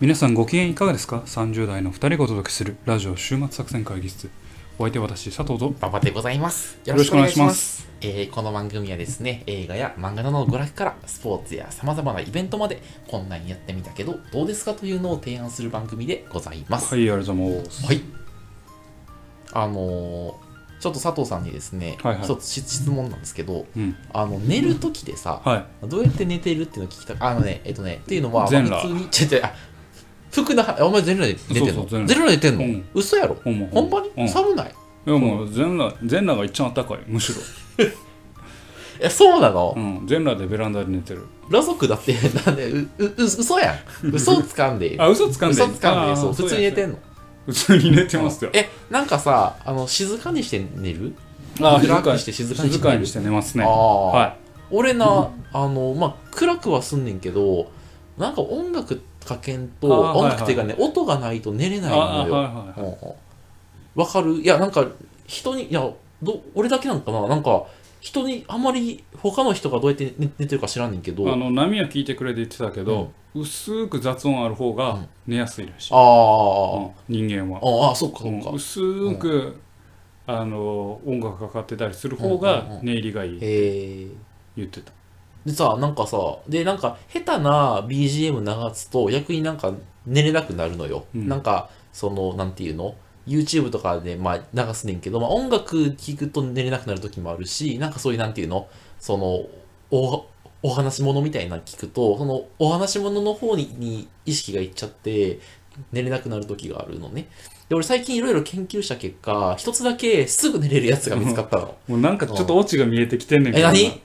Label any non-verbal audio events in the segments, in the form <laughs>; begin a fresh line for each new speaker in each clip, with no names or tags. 皆さんご機嫌いかがですか ?30 代の2人がお届けするラジオ週末作戦会議室。お相手は私、佐藤と。
馬場でございます。
よろしくお願いします
よろしくお願いします。えーこの番組はですね、映画や漫画などの娯楽からスポーツや様々なイベントまで、こんなにやってみたけど、どうですかというのを提案する番組でございます。
はい、ありがとうございます。
はい。あのーちょっと佐藤さんにですね、
はいはい
一つ質質問なんですけど、
うん。
あの、寝るときでさ、
はい。
どうやって寝てるっていうのを聞きたあのね、えっとね、っていうのは、
全裸
まあ普通に、ちょちょ、あ服の、あお前全裸で寝てん
そ
の
うそう全裸
全裸で寝てんの、
うん
嘘やろ
ほんま
ほんまに、
うん
寒ない
いやもう全裸、全裸が一番高い、むしろ。
え、そうなの、
うん。全裸でベランダで寝てる。
裸族だって、 <laughs> なんで、う、う、う嘘や
<laughs>
ん。嘘をつかんで。
あ、嘘つかんでいい
嘘つかん
あ
で、
ー
そう、普通に寝てんの。
普通に寝てますよ。
え、なんかさ、あの、静かにして寝る
あー
暗くして静かにして
静かにして寝ますね。
あー
は
俺な、あの、まあ、暗くはすんねんけど、なんか音楽かけんと、
あー
音楽っていうかね、音がないと寝れ
い。
ない
あ
の
ー
よ。
はいはいはい。
うんうんわかるいや、なんか、人に、いや、ど俺だけなんかななんか、人に、あんまり、他の人がどうやって寝寝てるか知らんねんけど、
あの波は聞いてくれて言ってたけど、薄く雑音ある方
う
が
ん
寝やすいらしい、
あ
うん人間は、
あ、ああ、そうか、そううんか。
薄く、あの音楽かかってたりする方が
うんうんうん
寝入りがいい、
へえ。
言ってた
でさ、なんかさ、で、なんか、下手な BGM 流すと、逆になんか寝れなくなるのよ。
うん
なんか、その、なんていうの ?YouTube とかで、まあ、流すねんけど、まあ、音楽聴くと寝れなくなる時もあるし、なんかそういう、なんていうのその、お、お話し物みたいなの聞くと、その、お話し物の方にに意識がいっちゃって、寝れなくなる時があるのね。で、俺最近いろいろ研究した結果、一つだけすぐ寝れるやつが見つかったの。
もうなんかちょっとオチが見えてきてんねんけ
え、
ど
何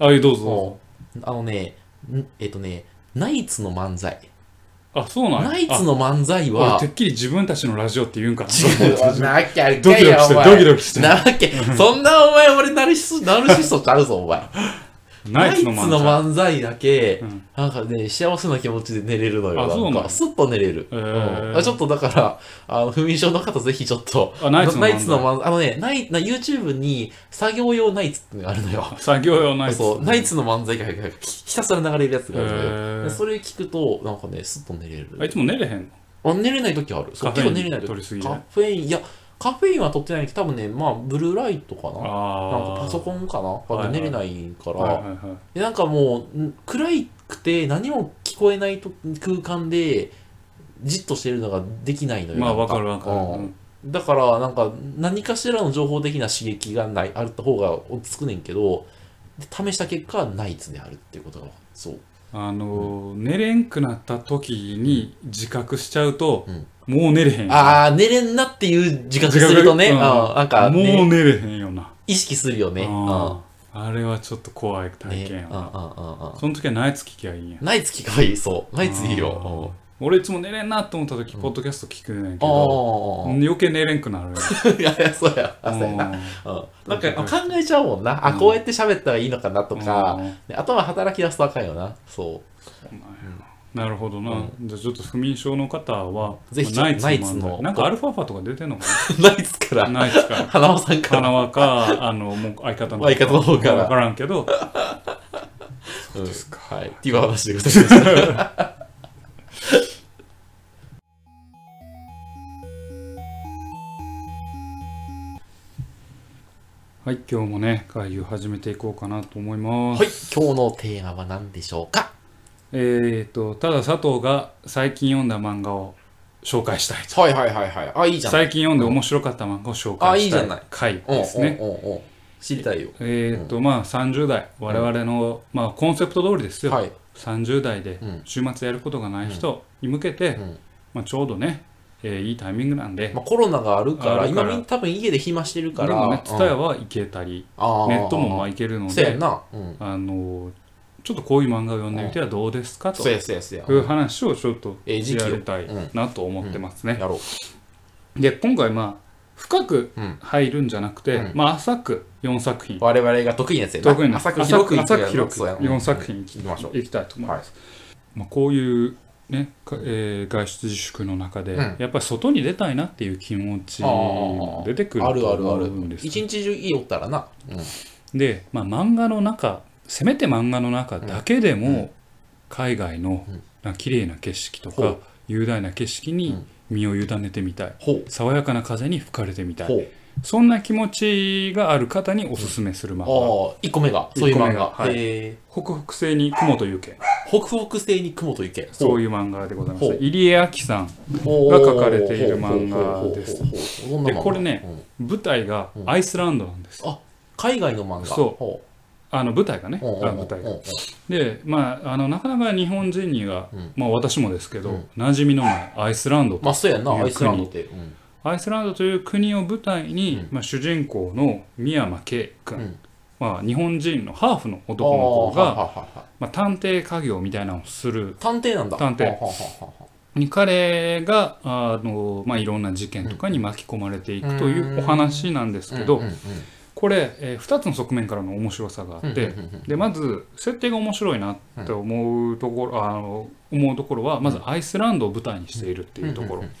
ああいうどうぞどうぞ
そうあのね、んえっとね、ナイツの漫才。
あそうなんや
ナイツの漫才
あ俺
は
て、っきり自分たちのラジオって言うんかな
違うわなわけある
ドキドキしてるドキドキしてる
なわけ、そんなお前俺ナルシス、ナルシストちゃうぞ、お前。
ナイツの漫
ナイツ
才
の漫才だけ
うん、
なんかね、幸せな気持ちで寝れるのよ。
あそうなん
なんか、スッと寝れる。
へ
う
ー
んあちょっとだから、あの、不眠症の方ぜひちょっと、
あナイツの漫才
漫才、あのね、ナイ、な YouTube に作業用ナイツってのがあるのよ。
作業用ナイツ
そう、ナイツの漫才がひたすら流れるやつがあるのよ
へー
でそれ聞くと、なんかね、すっと寝れる。
あいつも寝れへんの
あ寝れない時ある。そう、
カフェイン
結構寝れない時。
取りすぎね
カフェイン、いや、カフェインは取ってないけど、多分ね、まあ、ブルーライトかな。なん
あ
かパソコンかな、
はいはい
寝れないか
ン
ら、
はいはいはい
でなんかもうん暗くて何も聞こえないと空間でじっとしてるのができないのよ
まあ
な
わ
ん
かるわかる、
うん
うん
だからなんか何かしらの情報的な刺激がないあった方が落ち着くねんけどで試した結果ナイツであるっていうことがそう
あのー寝れんくなった時に自覚しちゃうと、
うん
もう寝れへんよ
ああ寝れんなっていう自覚するとね、
自
うん、
覚うん
なんか、
もう
ね、
寝れへんよな、
意識するよね
あーあれはちょっと怖い
うん
体験
ね
や
うんうん
な、
うんうん
その時はナイツ聞きゃいいんや
ナイツ聞かいいそうナイツいいよ
俺いつも寝れんなと思った時、ポッドキャスト聞くねんけ
ああ
ど
ー
余計寝れんくなるよ
いやいやそうや <laughs> あそうやな
う
うんなんか考えちゃうもんな、あこうやって喋ったらいいのかなと
ん
か、
うん
で頭働き出すとあかんよなそ
なるほどな、じゃあちょっと不眠症の方は
ぜひ
ナイツ
ナイ
の漫
ツの
才なんかアルファファとか出てんのか
う <laughs> ナイツか
な
ら
ナイツから
<laughs> 花輪さんから
花輪か、あの、もう相方の
相方の方から
分からんけど、
そうですか、はい、っていう話でござい <laughs> ました
はい、今日もね、会議を始めていこうかなと思います。
はい今日のテーマは何でしょうか
えっ、と、ただ佐藤が最近読んだ漫画を紹介したいと。
はいはいはいはいあいいじゃん
最近読んで面白かった漫画を紹
あ
介
い
し
いじ
た
ゃ
い
ない
回
うんうん
ですね。
うんうん知りたいよ
えっ、と、まあ、30代、我々の、まあ、コンセプト通りですよ。
はい
30代で
うん
週末やることがない人に向けて、
うん
まあ、ちょうどね、えーいいタイミングなんで、
まあ、コロナがあるから
あるか
今
ら
みんな多分家で暇してるから
でもね、
うん
ツタヤは行けたり、
あー
ネットもまあ行けるの
そうや
で
ん、な、うん、
あのちょっとこういう漫画を読んでみてはどうですかと
そうやそうやそうや、
いう話をちょっと
ええ時期を
やりたいなと思ってますね。
やろう
で今回まあ深く
うん
入るんじゃなくて、
うん
まあ浅く4作品
我々が得意なやつやな
得意な
浅く広く
浅く広く
そうやな
4作品い
行きましょう
きたいと思います。まあ、こういうね、かえー外出自粛の中で、
うん
やっぱり外に出たいなっていう気持ちも出てくる
あ
と
るある
思
あ
う
る
んですよ
一日中家おったらな、うん
で、まあ、漫画の中せめて漫画の中だけでも海外の、
ん
なんか綺麗な景色と
ほ
か
う
雄大な景色に身を委ねてみたい、
ほう
爽やかな風に吹かれてみた
ほ
いうそんな気持ちがある方におすすめする漫画
ああ1個目がそういう
一個
漫画
目がはい
え
「北北西に雲と行け」
ー北北西に雲と行け
そういう漫画でございま
ほ
す
う
入江亜紀さん
ほう
が書かれている漫画です
ほうほうほうほうどんな
で
漫画
これね
うん
舞台が
うん
アイスランドなんです、
あ海外の漫画
そう
ほ
あの舞台がね
うほうほう
あ舞台が
ほう
でまああのなかなか日本人には、
うん
まあ私もですけど、
うん
馴染みのないアイスランドと
まあそうやんな
いう国
アイスランドってうん
アイスランドという国を舞台に、
うん
まあ、主人公の三山圭君、
うん
まあ、日本人のハーフの男の子
あーは
が
いはいはいはい
まあ、探偵家業みたいなのをする
探偵なんだ
探偵
はあはあはあはあ
に彼があの、まあ、いろんな事件とかに巻き込まれていくというお話なんですけど、
うんうんうん
これ、え2つの側面からの面白さがあって、
うんうんうん
でまず設定が面白いなって思うところ、あの思うところはまずアイスランドを舞台にしているっていうところ、
うんうんうん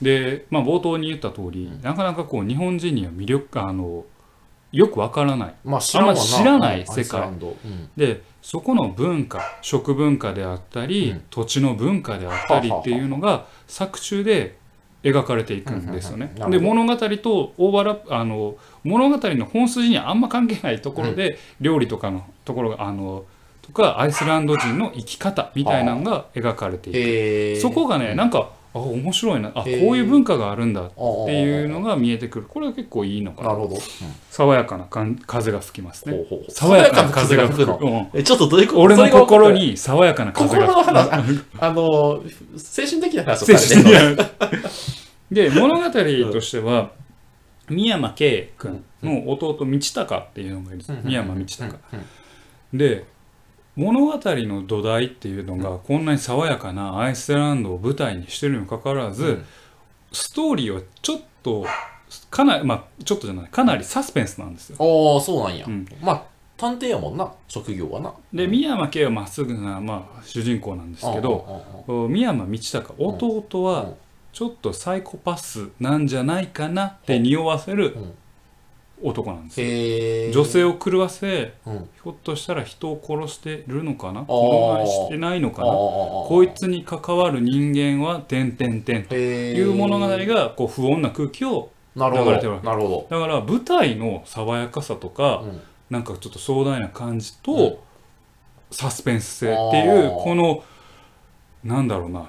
で、まあ、冒頭に言った通り、
うん
なかなかこう日本人には魅力あのよくわからない
まあ知らんわな
あんま知らない世界
アイスランドうん
でそこの文化食文化であったり、
うん
土地の文化であったり
ははは
っていうのが作中で描かれていくんですよね
うんうん。うん
で
なる
物語とオーバーラップあの物語の本筋にはあんま関係ないところで、料理とかのところがあのとかアイスランド人の生き方みたいなのが描かれている。
へー
そこがね、
うん
なんかあ面白いなあこう
へー
いう文化があるんだっ
あー
ていうのが見えてくるこれは結構いいのか
な
な
るほど、うん
爽やかなかん風が吹きますね
ほうほうほう
爽やかな風が吹く
爽やかな風
うん
えちょっとどういうこと
俺の心。
それが分か
に爽やかな風
心
が
の話、ああの、精神的な話を
吹く
され <laughs> てるの。
で物語としては三山圭君の弟道隆っていうのがいるんです
うんうん
三山道隆
うん
で物語の土台っていうのがこんなに爽やかなアイスランドを舞台にしてるにもかかわらず、
うん
ストーリーはちょっとかなりまあちょっとじゃないかなりサスペンスなんですよ。
ああ、そうなんや
うん。
まあ、探偵やもんな、職業はな。
で三山圭はまっすぐな、まあ、主人公なんですけど
ど、
三山道隆弟
う
は
ん
ちょっとサイコパスなんじゃないかなって匂わせる
うん
男なんですよ。
へえ。
女性を狂わせ
うん、
ひょっとしたら人を殺してるのかな
ー
殺害してないのかなこ
こ
い。つに関わる人間は点点点と
へえ。
いう物語がこう不穏な空気を
なるほ
流れてるわ
ど。
け
なるほ
だから舞台の爽やかさと
ど。
か
うん
なんかちょっと壮大な感じ
う
とサスペンス性
あー
っていうこのなんだろうな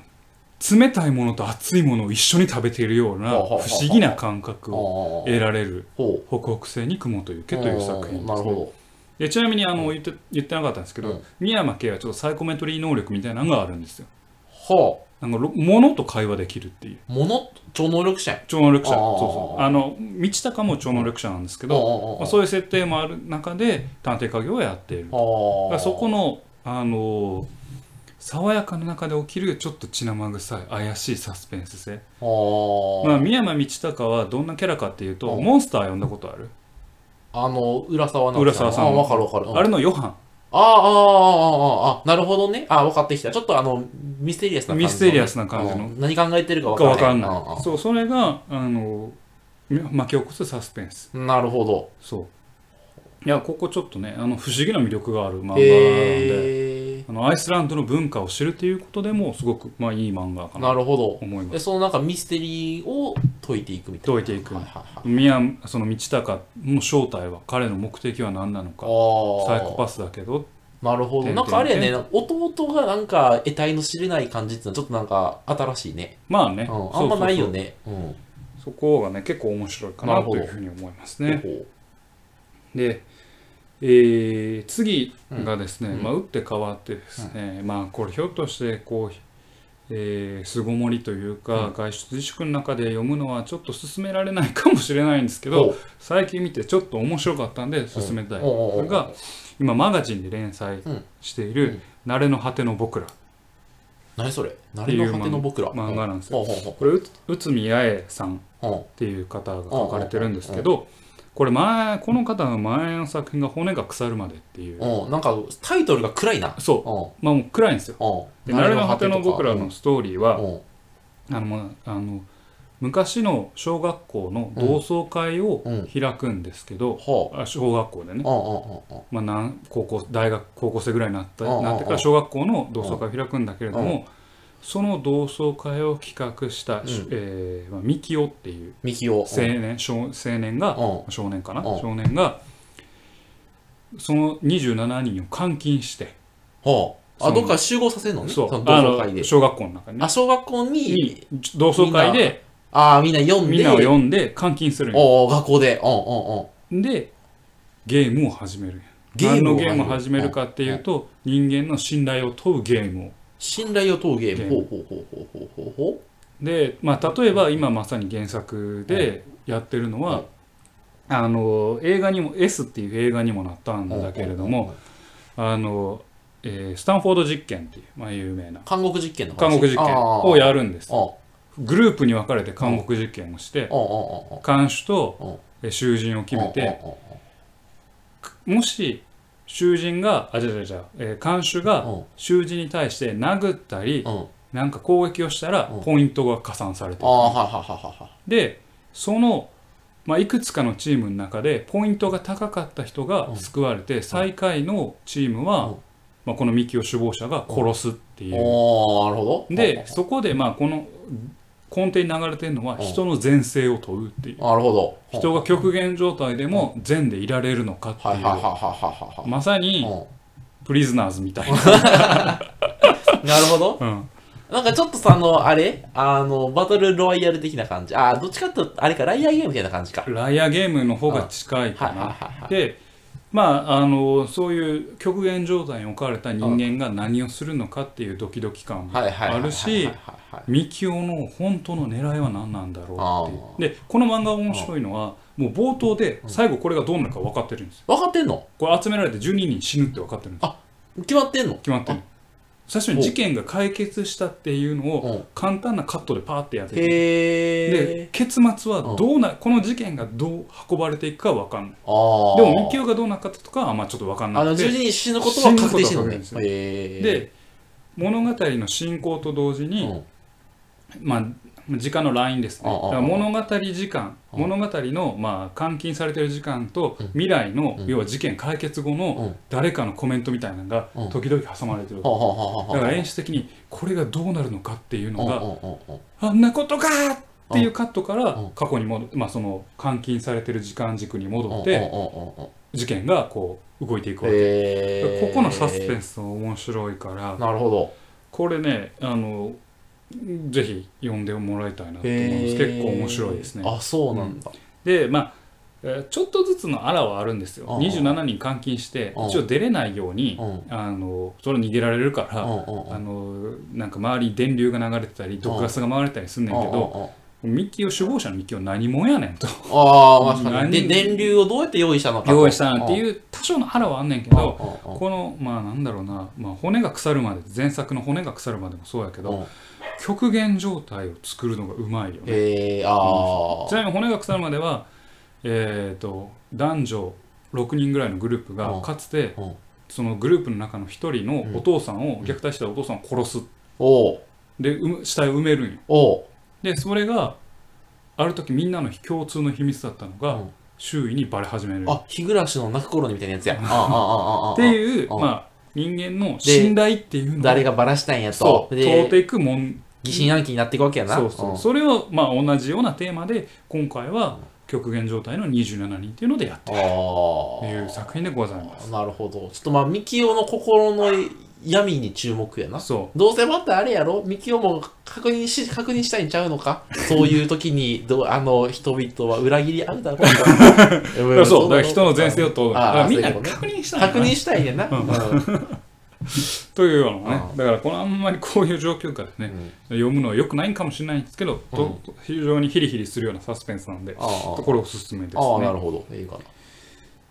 冷たいものと熱いものを一緒に食べているような不
はあはあはあはあ
思議な感覚を
ほ
得られる
う。
「北北西に雲と行け」という作品
う
で
んなる
す
ほ
ね
ど。
でちなみにあの言って言ってなかったんですけ
う
ど
ん
三山系はちょっとサイコメトリー能力みたいなのがあるんですよ
は
なんかろ物と会話できるっていう
あ、もの、超能力者やん。
超能力者
あー
そうそうあの道高も超能力者なんですけどまあ、
あ
そういう設定もある中で探偵家業をやっているだか
あ
らそこの、あのー爽やかな中で起きるちょっと血生臭い怪しいサスペンス性
の
まあ、三山道隆はどんなキャラかっていうと
うん
モンスター呼んだことある
あの、浦沢直樹
浦沢さん
あ、わかるわかる。うん
あれのヨハ
ああ、ああ、ああ、ああ、なるほどね。ああ、分かってきた。ちょっとあの、ミステリアスな感じの。
ミステリアスな感じの
うん何考えてるか
ン
分
が
か
わ
ら
か
ない。
んな
あ
いそうそれが、あのー巻き起こすサスペンス
あなるほど。
そういやここちょっとねあの不思議な魅力がある漫画なので、
へえ
あのアイスランドの文化を知るということでもすごく、まあ、いい漫画か
ー。
な
な
と
るほど。
思います
で、そのなんかミステリーを解いていくみたいな。
解いていく
はいはいはい。
宮その道隆の正体は彼の目的は何なの
あ
か
あ。
サイコパスだけど
なるほど。なんかあれやね、弟がなんか得体の知れない感じってのはちょっとなんか新しいね。
まあね、
うん。あ
そうそ
んま
うそう
ないよね。うん。
そこがね結構面白いか
な
な
るほ
と
ど
いうふうに思いますね
ほう
で、えー次がですね、
うん
まあ、打って変わってですね、まあこれひょっとしてこうえー巣ごもりというか、
うん
外出自粛の中で読むのはちょっと勧められないかもしれないんですけ
ほ
ど
う
最近見てちょっと面白かったんで勧めたい、
うんうんうん
それが今マガジンで連載
うん
している「慣れの果ての僕ら」
何それ何の果ての僕ら
漫画なんですよ
ほうほう
これう内海八重さんっ
ほう
ていう方が書かれてるんですけどこれ前この方の前の作品が「骨が腐るまで」っていう
うんうん。なんかタイトルが暗いな。
そう
う
まあもう暗いんですよ
ん。
で「
うん。
なれの果ての僕ら」
とか
のストーリーは
うん
あのまああの昔の小学校の同窓会を
うん
開くんですけど、
は
あ小学校でね
あ、うんうんうんうん
まあ、なん高校大学高校生ぐらいになった
うんうんうん
なってから小学校の同窓会を開くんだけれどもその同窓会を企画した、
ん
えーまあ、ミキオっていう
みきお
青年少青年が
う
少年かな
うん
少年がその27人を監禁して
はあ
そ
あ
の
どっか集合させるのね
そう
の同
あ
窓会で
の小学校の中にね
あ小学校に
に同窓会で
ああみんな読んで
みんなを呼んで監禁するんよ
おうおう学校でうんうんうん
でゲームを始めるんよ
ゲー
何
ム
の
を
ゲームを始めるかっていうと人間の信頼を問うゲームを
信頼を問うゲー
ゲ
ムほ
ー
うほうほうほうほうほうほう
で、まあ、例えば今まさに原作でやってるのは、あの映画にも「S」っていう映画にもなったんだけれども、あのえースタンフォード実験っていう、まあ、有名な
韓国実験の話
監獄実験をやるんです
あー
グループに分かれて監獄実験をして
あーあーあーあー
看守とえー囚人を決めてもし囚人があじゃじゃじゃ、えー看守
う
が
ん
囚人に対して殴ったり
うん
なんか攻撃をしたら
うん
ポイントが加算されて
あ
る
あはいはいはいはいはい
でその、まあ、いくつかのチームの中でポイントが高かった人
う
が
ん
救われて、最下位のチームは、
うん
まあ、この三木を首謀者が殺すっていう、
おーなるほど
でそこでまあこの根底に流れてるのは
うん
人の善性を問うっていう、
あなるほど
人
が
が極限状態でも善でいられるのかって、
はいいうはいはいはいはいはい
まさに
う
プリズナーズみたいな、
んなるほど
うん
なんかちょっとさ、あの、あれあの、バトルロワイヤル的な感じ。あー、どっちかっていうと、あれか、ライアーゲームみたいな感じか。はい
ライアーゲームの方が近い
は
か
い
な
はいはい。
でまああのそういう極限状態に置かれた人間が何をするのかっていうドキドキ感も
はいはいはいはい。
あるし
はいはいはい
ミキオの本当の狙いは何なんだろうっていうでこの漫画面白いのはもう冒頭で最後これがどうなるか分かってるんですよ
分かってんの
これ集められて12人死ぬって分かってるんですよ
決まってんの
決まってる最初に事件が解決したっていうの
う
を
ん
簡単なカットでパーってやって
へ
で
え。
結末はどうなこの事件がどう運ばれていくか分かんない
ああ。
でもミキオがどうなったとかはまあちょっと分かんな
あの、
くて
十字に死ぬことは確定してるのね。
死ぬことは
へえ。
で物語の進行と同時
うん、
に、まあ時間のラインですね
ああああ
だから物語時間
あ
物語のまあ監禁されてる時間と
うん
未来の
うん
要は事件解決後
う
の
ん
誰かのコメントみたいなのが
うん
時々挟まれてる
はあ
だ
はあはあはあ。
から演出的にこれがどうなるのかっていうの
う
が
んうんうんうん
あんなことかーっていうカットか
うん
ら過去に戻まあその監禁されてる時間軸に戻っ
うん
て
うんうんうん
事件がこう動いていくわけだから
へえ。
ここのサスペンスも面白いから
なるほど。
これねあのぜひ読んでもらいたいなと思うんです
へえ
結構面白いですね
あ、そうなんだ。
でまあえーちょっとずつのあらはあるんですよ
うんうん
27人監禁して
うん
一応出れないように
うん
あのそれ逃げられるか
うん
ら
うんうん
あのなんか周りに電流が流れてたり毒ガスが流れてたりすんねんけど
うんうんうん
ミッキーを首謀者のミッキーを何もんやねんと
ああ、確かに。
何
で、電流をどうやって用意したのかと。
用意したなって
う
いう多少のあらはあんねんけ
んうん
どこのまあなんだろうな、まあ、骨が腐るまで前作の骨が腐るまでもそうやけ
うんう
ど
ん。
極限状態を作るのがうまいよね
へえ、ああ
ち。なみに骨が腐るまでは、えー、と男女6人ぐらいのグループ
う
が
ん
かつて
うん
そのグループの中の1人のお父さんを虐待したお父さんを殺す
おう
でうむ死体を埋めるんよ
おう
でそれがある時みんなの共通の秘密だったのが、
うん
周囲にバレ始めるっ
あ、日暮らしの泣く頃にみたいなやつや。あああああああ
ていう、
うん
まあ、人間の信頼っていうの
誰がバラしたんや
そ
と。
う問うて
で、
いくもん
疑心暗鬼になっていくわけやな。
そうそう、それを、まあ、同じようなテーマで今回は極限状態の27人っていうのでやった
うんあ
という
あ。
作品でございます。
なるほど。ちょっとまあ、ミキオの心の闇に注目やな。
そ
どうせまたあれやろミキオも確認し、確認したいんちゃうのかそういう時に、どうあの、人々は裏切り合
<laughs>
うだろう
う。だからそう、だから人の前世を問う。だ
ああ
からみん
そ
な
ういうことね
確認したいな
確認したいねんな。うん
というようなね
あ。あ
だから、このあんまりこういう状況下でね、読むのは良くないんかもしれないんですけど、と非常にヒリヒリするようなサスペンスなんで、
ああ
これおすすめです
ああ、な
ね。
るほど。いいかな。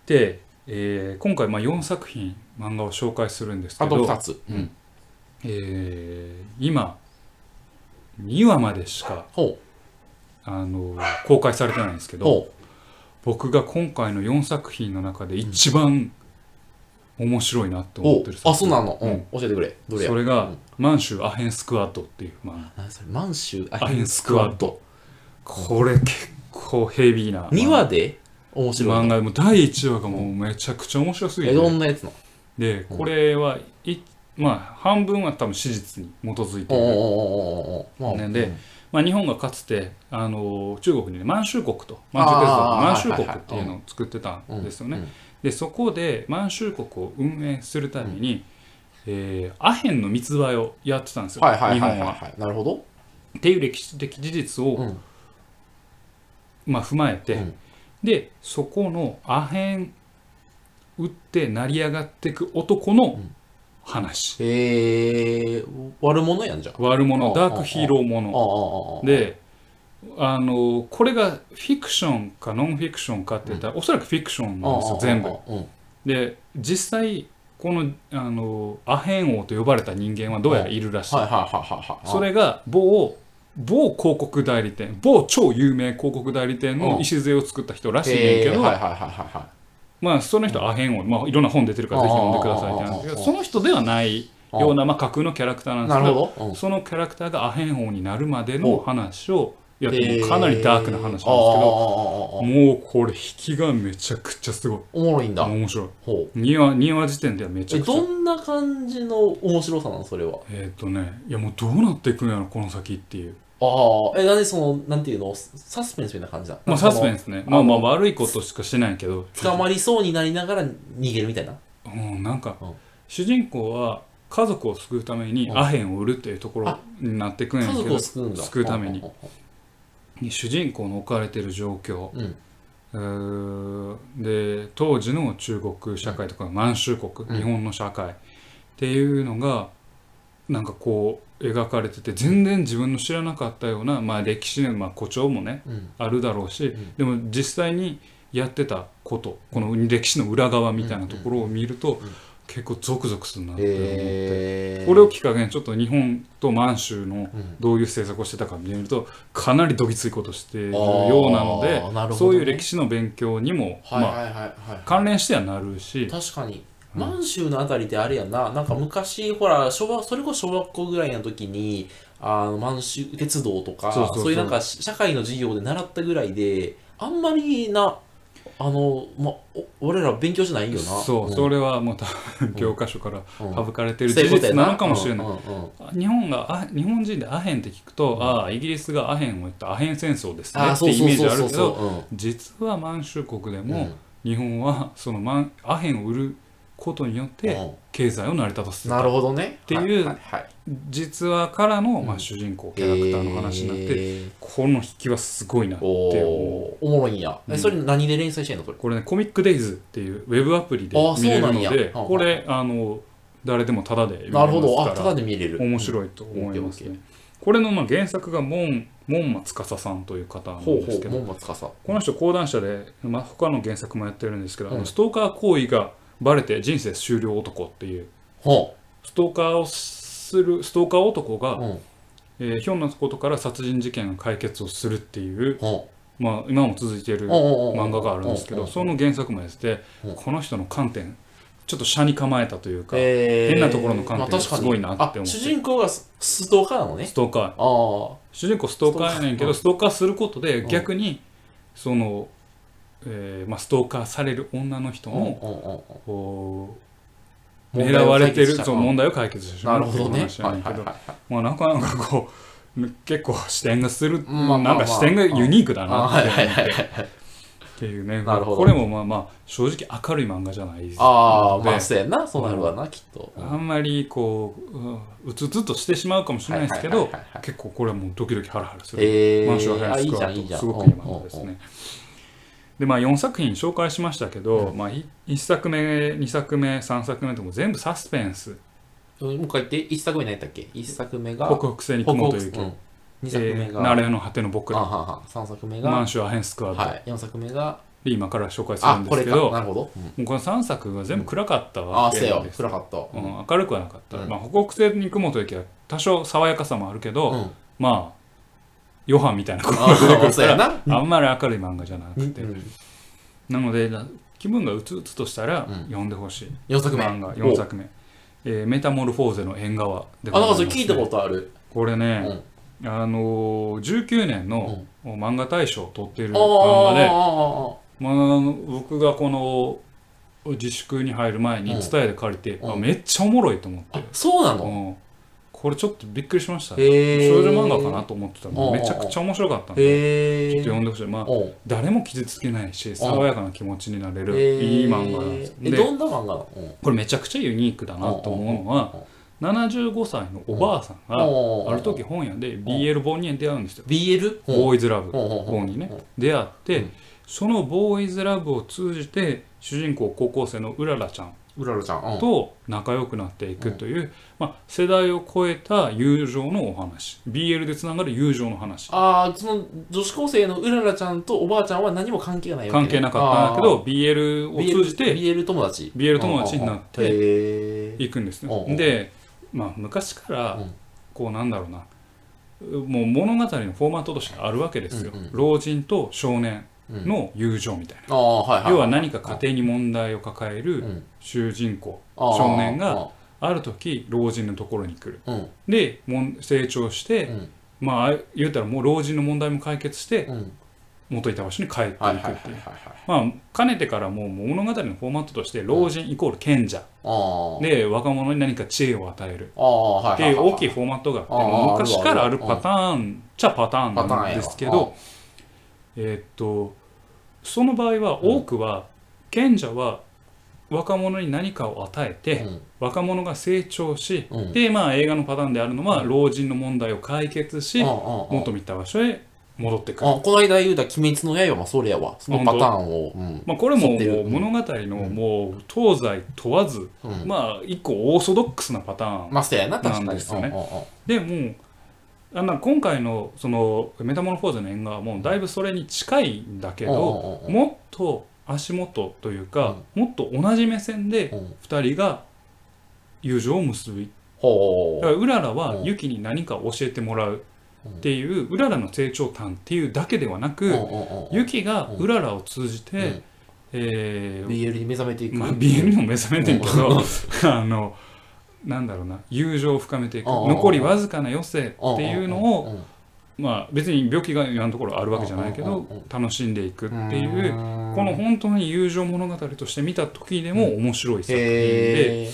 で、えー今回まあ4作品漫画を紹介するんですけ
あと
ど
2、つ。うん。
えー今、2話までしか
ほ
あの公開されてないんですけ
う。
ど、
ほ
僕が今回の4作品の中で一番面白いなと
う。
思っ
ほ
て
う
る。作
あ、そう
品
なの。う
うん
ん。教えてくれ。どれや
それが、
うん
満州アヘンスクワッドっていう、ま
何それ満州
あ、
ア
ア
ヘ
ヘ
ン
ン
ス
ス
ク
ク
ワ
ワ
ッ
ッ
ド
ド。これ結構ヘビーな
2話で面白い
漫
の
画でもう第1話がもうめちゃくちゃ面白すぎ
えどん
て
なやつなの
でこれはいまあ半分は多分史実に基づいて
お
い
ー
る、
おーおーおーおーまあ
ねで
うん
まあ、日本がかつてあの中国にね満州国と満州鉄道
あー
満州国っていうのを作ってたんですよね、
うんうん
でそこで満州国を運営するために、えーアヘンの密売をやってたんですよ、
はいはい
日
は
本
いはい
は。
はいなるほど
っていう歴史的事実を、
うん
まあ、踏まえて、
うん
でそこのアヘン打って成り上がってく男の話、
へえ悪者やんじゃんあ
悪者
あ
ダークヒーローも
あ
の
ああ
であのこれがフィクションかノンフィクションかって言ったら、おそらくフィクションなんですよ全部。
うん
で実際このあのアヘン王と呼ばれた人間はどうやらいるらしい、
はいはいはいはいはい
それが某某広告代理店某超有名広告代理店の礎を作った人らしいねんけ
へー
ど、
はいはいはいはいはい
まあ、その人アヘン王、まあ、いろんな本出てるからぜひ読んでくださいってなんですけどその人ではないような、まあ、架空のキャラクターなんで
な
す
る
けど
ほど。うん
そのキャラクターがアヘン王になるまでの話をやって
え
も
ー
かなりダークな話なんですけ
あーあ
ど、
ーあーあー
もうこれ引きがめちゃくちゃすごい
おもろいんだ。
面白い
ほう。
2話 ,2 話時点ではめち
え、
ゃくちゃ
どんな感じの面白さなのそれは。
えっ、とねいやもうどうなっていくんやろこの先っていう
ああ、え、なんでその、なんていうの、ササスペンスみたいな感じだ。
まあサスペ
ス。
ンスね
あ
まあ
の
まあ悪いことしかしてないけど
捕まりそうになりながら逃げるみたいな。
うん、なんか、
うん
主人公は家族を救うために
うん
アヘンを売るっていうところになっていくん
家
やけ
族
ど
を救うんだ。
救うために
んん
主人公の置かれてる状況
うん。うん。
うーで当時の中国社会とか満州国、
うん
日本の社会っていうのがなんかこう描かれてて全然自分の知らなかったような、まあ、歴史の、まあ、誇張もね
うん。
あるだろうし、
ん
でも実際にやってたことこの歴史の裏側みたいなところを見ると、
んうん
結構ゾクゾクするなって思って、
えー。
これをきっかけにちょっと日本と満州の
うん、
どういう政策をしてたか見るとかなりどぎついことしているようなので
あーなるほどね
そういう歴史の勉強にも、
はいはい
まあ、
はいはい。
関連してはなるし
確かに
うん
満州のあたりってあれやななんか昔ほら小学それこそ小学校ぐらいの時にあの満州鉄道とか
そ
そうう
そうそう
いうなんかし社会の授業で習ったぐらいであんまりなあの、ま、お俺ら勉強しないよな
そう、
ん
それはもう多分教科書から
うん
省かれてる事実なのかもしれない
うんうんうん
日本があ日本人でアヘンって聞くと、ああイギリスがアヘンを言ったアヘン戦争ですね
あー
って
そう
いうイ
そう
メージ
そう
あ
そ
る
う
け
そ
ど
ううん
実は満州国でも、
うん
日本はそのマンアヘンを売ることによって
う
経済を成り立たせ
ん
て
な
た
るほどね
っていう
はいはいはい
実話からの、まあ、主人公キャラクターの話になって、
えー
この引きはすごいなって
お
思う
ーおもろいんや、え
うん
それ何で連載してんのそれ
これねコミックデイズっていうウェブアプリで
あー
見れるの
そうなん
で
や
これあの誰でもタダで見れ
な
ま
るほどあ
す
た
か
だで見れる
ら面白いと思いますねこれのまあ原作が門門松司さんという方なん
ほう
で
ほ
すけ
う
ど
門松かさ
この人講談社で、まあ、他の原作もやってるんですけど、あ
う
の
ん
ストーカー行為がバレて人生終了男っていう
ほ
ストーカーをするストーカー男が、
ううん
えーひょんなことから殺人事件の解決をするっていう、
ほ
まあ、今も続いていうる漫
漫
画があるんですけどそ
の
の原作もやってて
うん
この人の観点ちょっと斜に構えたというか、変
変
なところの観点がすごいなって思って
主人公がスストーカーなのね
ストーカー
ああ
主人公ストーカーやねんけどス
ス
トーカーすることで
うん
逆にその、えーまあ、ストーカーされる女の人の
う
こうん
うんうん
狙われてるそう問
題
題を解決してしま
なる
うって
ほ
いう
どね
話なんやけど
はいはいはい
まあなかなかこう結構視点がする、
まあまあま
な
あ
んか視点がユニークだ
あ
な
は
っ
い
て
はい
思って
はいはい
っていうね
なるほど
これもまあまあ正直明るい漫画じゃないです
ああま
の
あ
で
そうやんなそうなるわなきっと
あんまりこううんうつうつとしてしまうかもしれないですけ
はい
ど
はいはいはい
結構これはもうドキドキハラハラする
ええ
マンション
あ
ヘ
い
イ
い
スク
じゃ
ワ
んいい
ッ
じ
ト
ゃん
すごくいい漫画ですね。でまあ4作品紹介しましたけど、まあ、1作目2作目3作目とも全部サスペンス
うんうんもう一回言って一作目何やったっけ一作
「
目が
北北西に
北
雲と
北
雪」
うん二作
え
目
ー「
が
ナレの果ての僕
あは
ら」
んはん三作目
「満
が
州アヘンスクワッド」
はい四作目が
で今から紹介する
あ
んで
こ
す
れ
け
か
ど
なるほどうん
もうこの3作が全部暗かった
あ
わ
あ
け
せよ
です、
暗かった
うん明るくはなかった、
うん
まあ、北北西に雲と雪は多少爽やかさもあるけど、
うん
まあヨハンみたいな声が
あ
出てくる
そう
か
や
ら
な
<laughs> あんまり明るい漫画じゃな
う
く
ん
て、なのでな気分がうつうつとしたら
うん
読んでほしい、
4作目
漫画4作目、えーメタモルフォーゼの縁側」で
おあなん
ま
か
す
それ聞いたことある
これ
う
ね、
ん
あのー19年の
う
漫画大賞を取ってる
ああ
漫画で、
あ
まあ、僕がこの自粛に入る前に
うん
伝えで借りて、
うん
あめっちゃおもろいと思って、
そうな
う
の
んこれちょっとびっくりしましたね
へえ
少女漫画かなと思ってたの
うん
めちゃくちゃ面白かったんで、
へえ
ちょっと読んでほしいまあ
おう
誰も傷つけないし爽やかな気持ちになれる
へえ
いい漫画なんです
え
で
どんな漫画なのうん
これめちゃくちゃユニークだなと思うのは75歳のおばあさんが
おうおうおう
ある時本屋で BL 本に出会うんですよ
BL?
ボーイズラブ
うんうん
本にね
うん
出会って
うん
そのボーイズラブを通じて主人公高校生のうららちゃん
うららちゃんうん
と仲良くなっていくという、まあ、世代を超えた友情のお話 BL でつながる友情の話
ああその女子高生のうららちゃんとおばあちゃんは何も関係ないわけね
関係なかったんだけ
あ
ど BL を
ー
通
BL
じて
BL 友達
BL 友達になって
へえ
いくんです
うんう
ね
ん
で、まあ、昔から
うん
こうなんだろうなもう物語のフォーマットとしてあるわけですよ、
うんうん
老人と少年の友情みたいな、
ああはいはい
要は何か家庭に問題を抱え
う
る
ん
主人公
あー
少年がある時老人のところに来る
うんうん
でもん成長して、
うん
まあ言うたらもう老人の問題も解決して
うん
元いた場所に帰っていくっていう、
はいはいはいはいはい
まあかねてからもう物語のフォーマットとして老人イコール賢者、
ああ
で若者に何か知恵を与える
ああはい
っていう大きい
い
フォーマットがあって
あー
もう
ある
昔
ある
からあるパターンっちゃパターン
パターン
なん
や
ですけ
あー
どえーっとその場合は多くは賢者は若者に何かを与えて若者が成長し
うん
でまあ映画のパターンであるのは老人の問題を解決し
も
元見た場所へ戻ってくる。
あこの間言うた「鬼滅の刃」もそれやわそのパターンをうん
まあ、これも
沿ってる
もう
うん
物語のもう東西問わず、
うん
まあ一個オーソドックスなパターン
まあそうやな確かに
なんですよね
うんうんうん
でもあな今回のそのメタモルフォーゼの縁側はもうだいぶそれに近いんだけど、
うんうんうん
もっと足元というか、もっと同じ目線で
うん
2人が友情を結びだ
ほ
からうららは
うん
ユキに何か教えてもらうっていううららの成長感っていうだけではな
ううん
く
うんうん
ユキがうららを通じて、
うん
えー
BL に目覚めていく
まあ、BL にも目覚めてんけどあのなんだろうな友情を深めていく
うんうんうん
残りわずかな余生っていうのを
んん
まあ別に病気が今のところあるわけじゃないけ
う
ど
んうんうん
楽しんでいくってい
ー
うんこの本当に友情物語として見た時でも面白い作品で
へー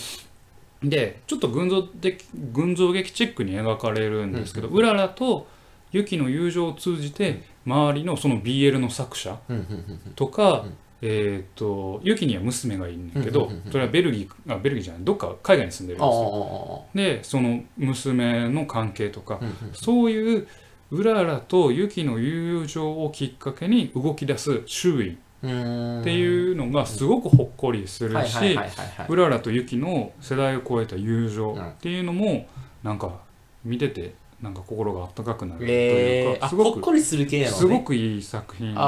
でちょっと群像的群像劇チックに描かれるんですけどうららとユキの友情を通じて周りのその BL の作者
うんうんうん
とか、えっ、と、ユキには娘がいるんだけど、
うんうんうんうん
それはベルギー、あ、ベルギーじゃない、どっか海外に住んでるん
あ
で
あ
すよ。で、その娘の関係とか、
うんうん
そういううららとユキの友情をきっかけに動き出す周囲
うーん
っていうのがすごくほっこりする
はいはい
し
は、いはいはいう
ららとユキの世代を超えた友情っていうのも、なんか見てて、なんか心が温かくなるという
えー
か、
あ
す
ほ
ご
っ
く、
こりする系なのね
すごくいい作品です
あ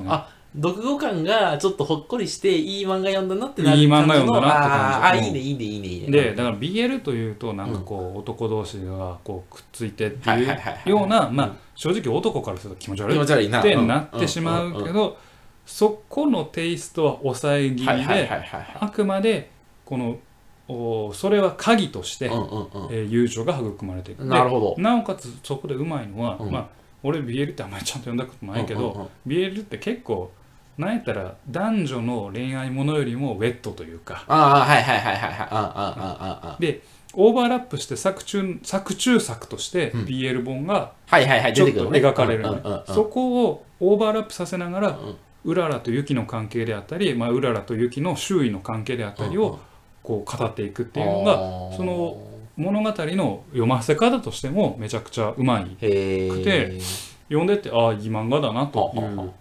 ね
ー。あ読後感がちょっとほっこりしていい漫画読んだなってなる
いい漫
感
画
じ
読んだ
の
なって
あ
感
ーあ
じ
いいねいいねいいねいいね
でだから BL というとなんかこう、男同士がこうくっついてって
はいいはいうはいはい
ようなまあ正直男からすると気持ち悪
気
い
持
っ
ち悪いな
て
うん
なってしまうけ
ん
どそこのテイストは抑え気
んはい
味
はいはい
で
はいはい
あくまでこのおそれは鍵として、
うんうん
えー友情が育まれていく
うん
で
なるほど
なおかつそこでうまいのは、
うん
まあ俺 BL ってあんまりちゃんと読んだことないけど、
うんうんうん
BL って結構なんやったら男女の恋愛ものよりもウェットというか
ああはいはいはいはいはいあああああ
でオーバーラップして作中作中作として
うん
BL 本が
はいはいはい
ち
出
ょって
く
と
るね
描かれる
うんう
の
ん
ね
うん
そこをオーバーラップさせながら
うん
うららとユキの関係であったり、まあ、うららとユキの周囲の関係であったり
うんう
を
ん
こう語っていくっていうのが
あー
その物語の読ませ方としてもめちゃくちゃうまい
へ
く
え
て読んでってああいい漫画だなとい
あああ
う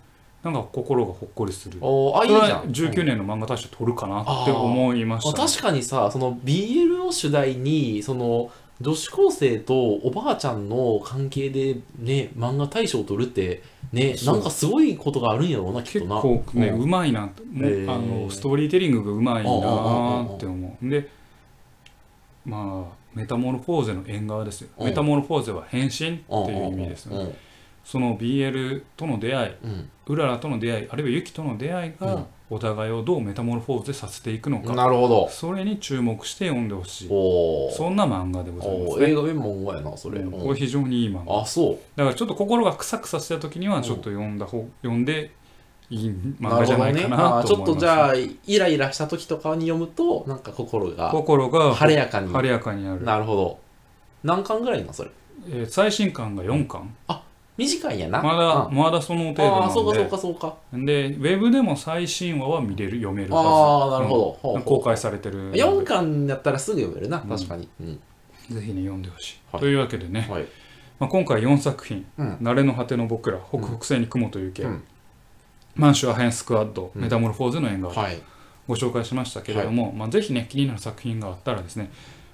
なんか心がほっこりする
おーあいい
そ
じ
れ
ゃ
は
ん
19年の漫画大賞取るかなって思いましたね
確かにさその BL を主題にその女子高生とおばあちゃんの関係でね漫画大賞を取るってね
そう
なんかすごいことがあるんやろうなきっ
結
とな
構ね
うん
うまいなともう
へー
あのストーリーテリングがうまいなーって
う
思うでまあメタモルフォーゼの縁側ですよ
うん
メタモルフォーゼは変身って
うんうん
いう意味ですよ
う
ね
ん
その BL との出会い
うん
うららとの出会いあるいはユキとの出会い
うん
がお互いをどうメタモルフォーゼさせていくのか、
なるほど
それに注目して読んでほしい
おー
そんな漫画でございま
お
す
ー映
ね
画面もうまいなそれ、うん
これ非常にいい漫画
あそう
だからちょっと心がクサクサした時にはちょっと読んだ方読んでいい漫画じゃないか
るほどねま
な
あ
と
ちょっ
思い
と
ます
じゃあイライラした時とかに読むとなんか心が
心が
晴れやかに
晴れやかになる、
なるほど何巻ぐらいなそれ
えー最新刊が4巻
短いんやな
まだ
うん
まだその程
ああそう
度
か
な
そうん
で
かそうか
でウェブでも最新話は見れる読めるは
ああなるほど、
ず
ほうほ
公
う
開されてる
4巻だったらすぐ読めるな
うん
確かに、うん
ぜひね読んでほしい、
はい
というわけでね、
はい
まあ、今回4作品「
うん
慣れの果ての僕ら」「北北西に雲と雪」
うん
満州アヘンスクワッド」
うん
メタモルフォーゼの縁側」
はい
ご紹介しましたけれども、まあ、ぜひね気になる作品があったらですね、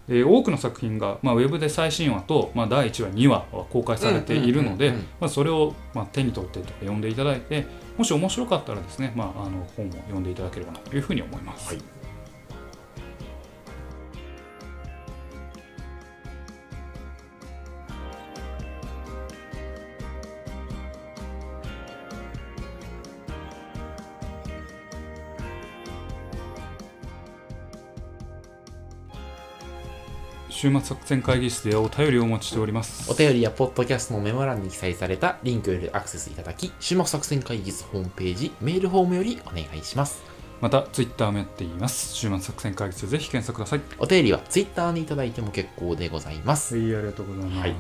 えー多くの作品が、まあ、ウェブで最新話と、まあ、第1話2話は公開されているの
うん
で
うんうんうん
まあそれを、まあ、手に取ってとか読んでいただいてもし面白かったらですね、まあ、あの本を読んでいただければなというふうに思います。
はい
週末作戦会議室でお便りをお待ちしております。
お便りやポッドキャストのメモ欄に記載されたリンクよりアクセスいただき週末作戦会議室ホームページメールフォームよりお願いします
また、ツイッターもやっています。週末作戦会議室でぜひ検索ください。
お便りは Twitter にいただいても結構でございます
はい、ありがとうございます。
はい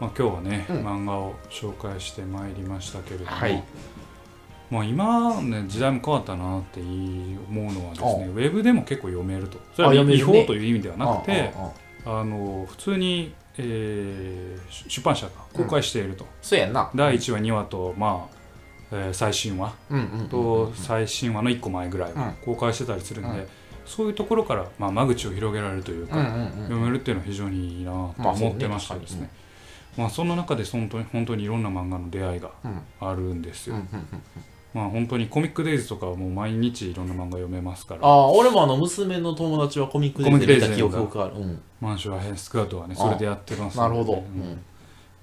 まあ、今日はね、
うん
漫画を紹介してまいりましたけれども、
はい
まあ、今、ね、時代も変わったなって思うのはです
あ
ねウェブでも結構読めるとそれ
あ
は
読め
違
るね
法という意味ではなくてあ
うんうんうん
の普通に、えー出出版社が公開していると、
そうやんな
第1話2話と、まあえー最新話
うんうんうんうん
と最新話の1個前ぐらいは公開してたりするんで、
うん
そういうところから、まあ、間口を広げられるというか、
うんうんうん
読めるっていうのは非常にいいなと思ってましたですね。まあそんな中で本当に本当にいろんな漫画の出会いが
うん
あるんです
うん
よ。
うんうん
まあ本当にコミックデイズとかはもう毎日いろんな漫画読めますか
あ
ら、
あ、俺もあの娘の友達はコミックデイズで見た記
コミッ
憶
ク
がある。うん、
満州アヘンスクワッドはねそれでやってます
な
ので
るほど、
うん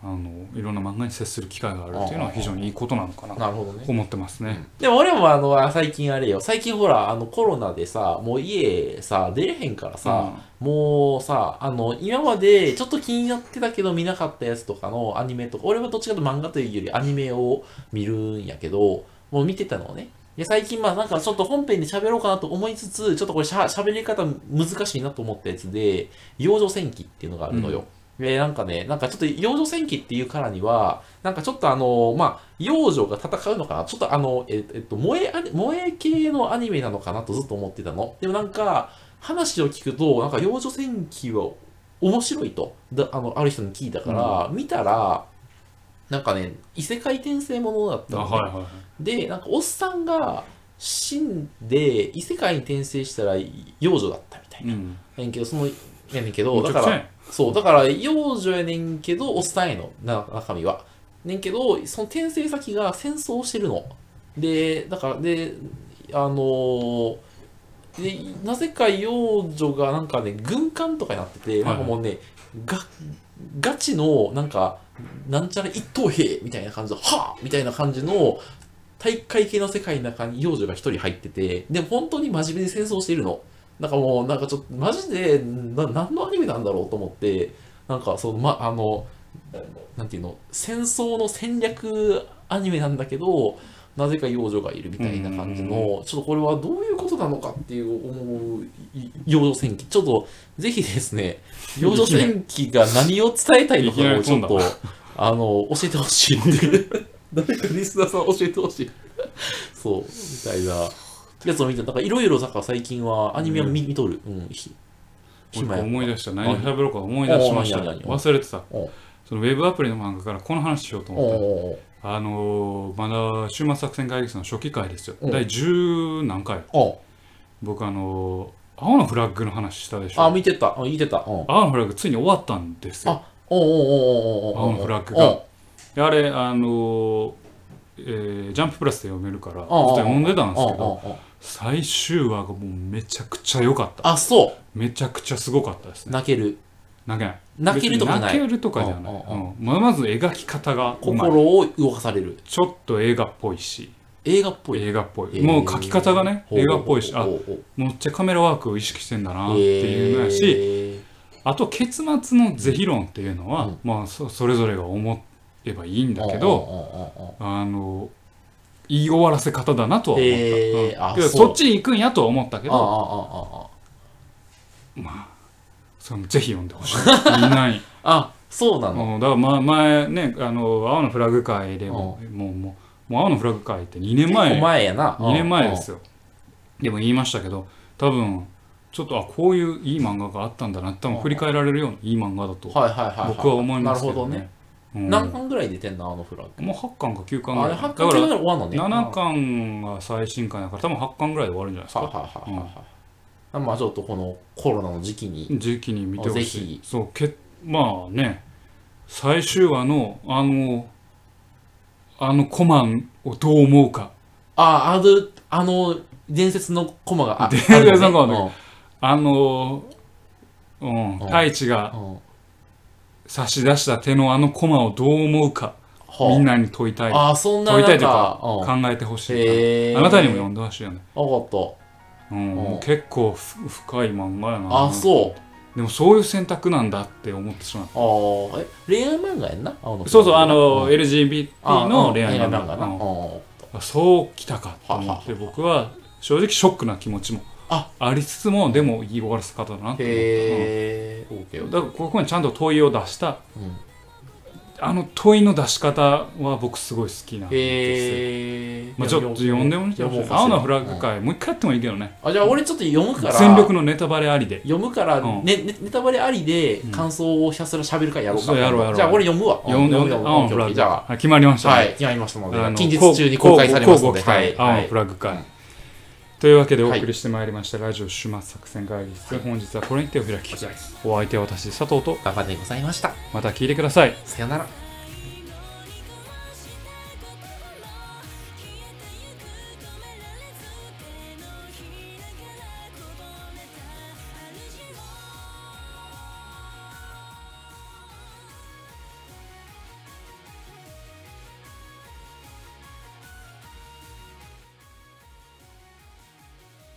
あのいろんな漫画に接する機会があるっていうのは非常にいいことなのかな
うん
と
なるほどね。
思ってますね。
でも俺もあの最近あれよ、最近ほらあのコロナでさ、もう家さ、出れへんからさ、もうさ、あの今までちょっと気になってたけど見なかったやつとかのアニメとか、俺はどっちかというと漫画というよりアニメを見るんやけど、もう見てたのね。で最近まあなんかちょっと本編で喋ろうかなと思いつつ、ちょっとこれしゃ喋り方難しいなと思ったやつで、養生戦記っていうのがあるのよ。で、なんかね、なんかちょっと養女戦記っていうからには、なんかちょっとあの、まあ、幼女が戦うのかな、ちょっとあの、ええっと、萌えアニ、萌え系のアニメなのかなとずっと思ってたの。でもなんか、話を聞くと、なんか幼女戦記は面白いと、だあの、ある人に聞いたから、見たら、なんかね、異世界転生ものだった
あ
の、ね。
はいはいはい。
でなんかおっさんが死んで異世界に転生したら幼女だったみたいな、
うん
やんけどそのやねんけど
めちゃ
だか
くちゃ
ら
やん
そうだから幼女やねんけどおっさんへのな中身はねんけどその転生先が戦争をしてるのでだからであのーでなぜか幼女がなんかね軍艦とかになっててなんかもうね、がガチのなんかなんちゃら一等兵みたいな感じのはあみたいな感じの体育会系の世界の中に幼女が一人入っててでも本当に真面目に戦争しているのなんかもうなんかちょっとマジでな何のアニメなんだろうと思ってなんかそのまあのなんていうの戦争の戦略アニメなんだけどなぜか幼女がいるみたいな感じ
うん
のちょっとこれはどういうことなのかっていう思うい幼女戦記ちょっとぜひですね幼女戦記が何を伝えたいのかをちょっとあの教えてほしいっていう誰かリスナーさん教えてほしいそうみたいなやつを見てなんかいろいろ最近はアニメを見,、見とるうんひ
もう一個
や
思い出した何喋ろうか思い出しました
おう何何何
忘れてた
おう
そのウェブアプリの漫画からこの話しようと
お
思って
おう
あのーまだ週末作戦会議室の初期回ですよ
うん
第十何回
おう
僕あのー青のフラッグの話したでし
あ
ょ
見てたあ見てたうん
青のフラッグついに終わったんですよ
あおうおうおうおうおうおう
青のフラッグが
おう
であれあのーえージャンププラスで読めるからずっ
お
と
う
読んでたんです
お
け
うお
ど
うおう
最終話がもうめちゃくちゃ良かった
あそ
めちゃくちゃすごかったです
う
ね
泣ける
泣けない
泣けるとかじ
別
ゃない
に泣けるとかじゃない、
うんう
うんまあまず描き方がうまい
心を動かされる
ちょっと映画っぽいし
映画っぽい
映画っぽい、
えー
もう描き方がね
ほう
映画っぽいし
ほう
あ
ほうほう
めっちゃカメラワークを意識してんだなっていうのやし、
えー
あと結末の是非論っていうのは、
うん
まあそそれぞれが思えばいいんだけど、あの言い終わらせ方だなとは思った、
へー
うん
あ
けど
そう
そっちに行くんやとは思ったけ
あああああ
ど
ああ
まあそれもぜひ読んでほしいみんなに、
<laughs> あそうな
う
の
ん、だからまあ前ねあの青のフラグ会でも、もうもうもう青のフラグ会って2年
結構
前
前やな
2年前です
よ
よでも言いましたけど多分ちょっとあこういういい漫画があったんだな多分振り返られるようないい漫画だと
はいはいはいい
僕は思いますけど
な
ね。うん
るほどね何巻ぐらい出てんのあのフラッグ
もう8巻か9巻
あ
ぐ
れ
らい。だ
8巻
か
ぐらい
ら
で終わんのね
7巻が最新巻だから多分8巻ぐらいで終わるんじゃないです
はい
か。
はいはいはいはいまあちょっとこのコロナの時期に
時期に見てほ
ぜ
し
ひ
い。そうけまあね最終話のあのあのコマンをどう思うか
ああのあの伝説のコマが
<laughs>
あ
伝説のコマね
ね
あのうん
ん
太一が
うんうん
差し出した手のあのコマをどう思うか
はあ
みんなに問いたい考
ああそんな
問いた
ないん
とか
か
えてほしい
へ
あなたにも読んでほしいよね、
分かっ
うん、
うん
もう結構ふ深い漫画やな
たあそう
でもそういう選択なんだって思ってしまう
ああ、え、恋愛漫画やんなあの
そうそう、あの、
うん
LGBT
あ
の恋愛
うん
漫
漫画
画。
な。うん
あそうきたかと思って、僕は正直ショックな気持ちも
あ
ありつつも、でも言い終わらせ方だなって思っ
へえ、オーケ
たうん。
ー。
だから、ここにちゃんと問いを出した
うん、
あの問いの出し方は僕すごい好きなんですよ。
へえ。
まあ、ちょっと読んでもらって
読
ほ
も
し
う
い
かしら
青のフラッグ会、もう一回やってもいいけどね。
うんあ、じゃあ俺ちょっと読むから。
全力のネタバレありで。
読むから、
うん
ねね、ネタバレありで感想をひたすら喋るからやろうか、
そうやろうやろう
じゃあ俺読むわ。
読んで、青のフラッ
オッケーオッケー
グ
じ
会。
ゃ
はい決まりまし
あ、
たね。
はい、やりましたの
あ
で、
の
近日中に公開されますので。
交互
は
期
い、
待青
は
の
い
フ。ラッグ会、というわけでお送りしてまいりました、ラジオ終末作戦会議室、本日はこれに手を開きお相手は私佐藤と
頑張ってございました。
また聞いてください
さよなら。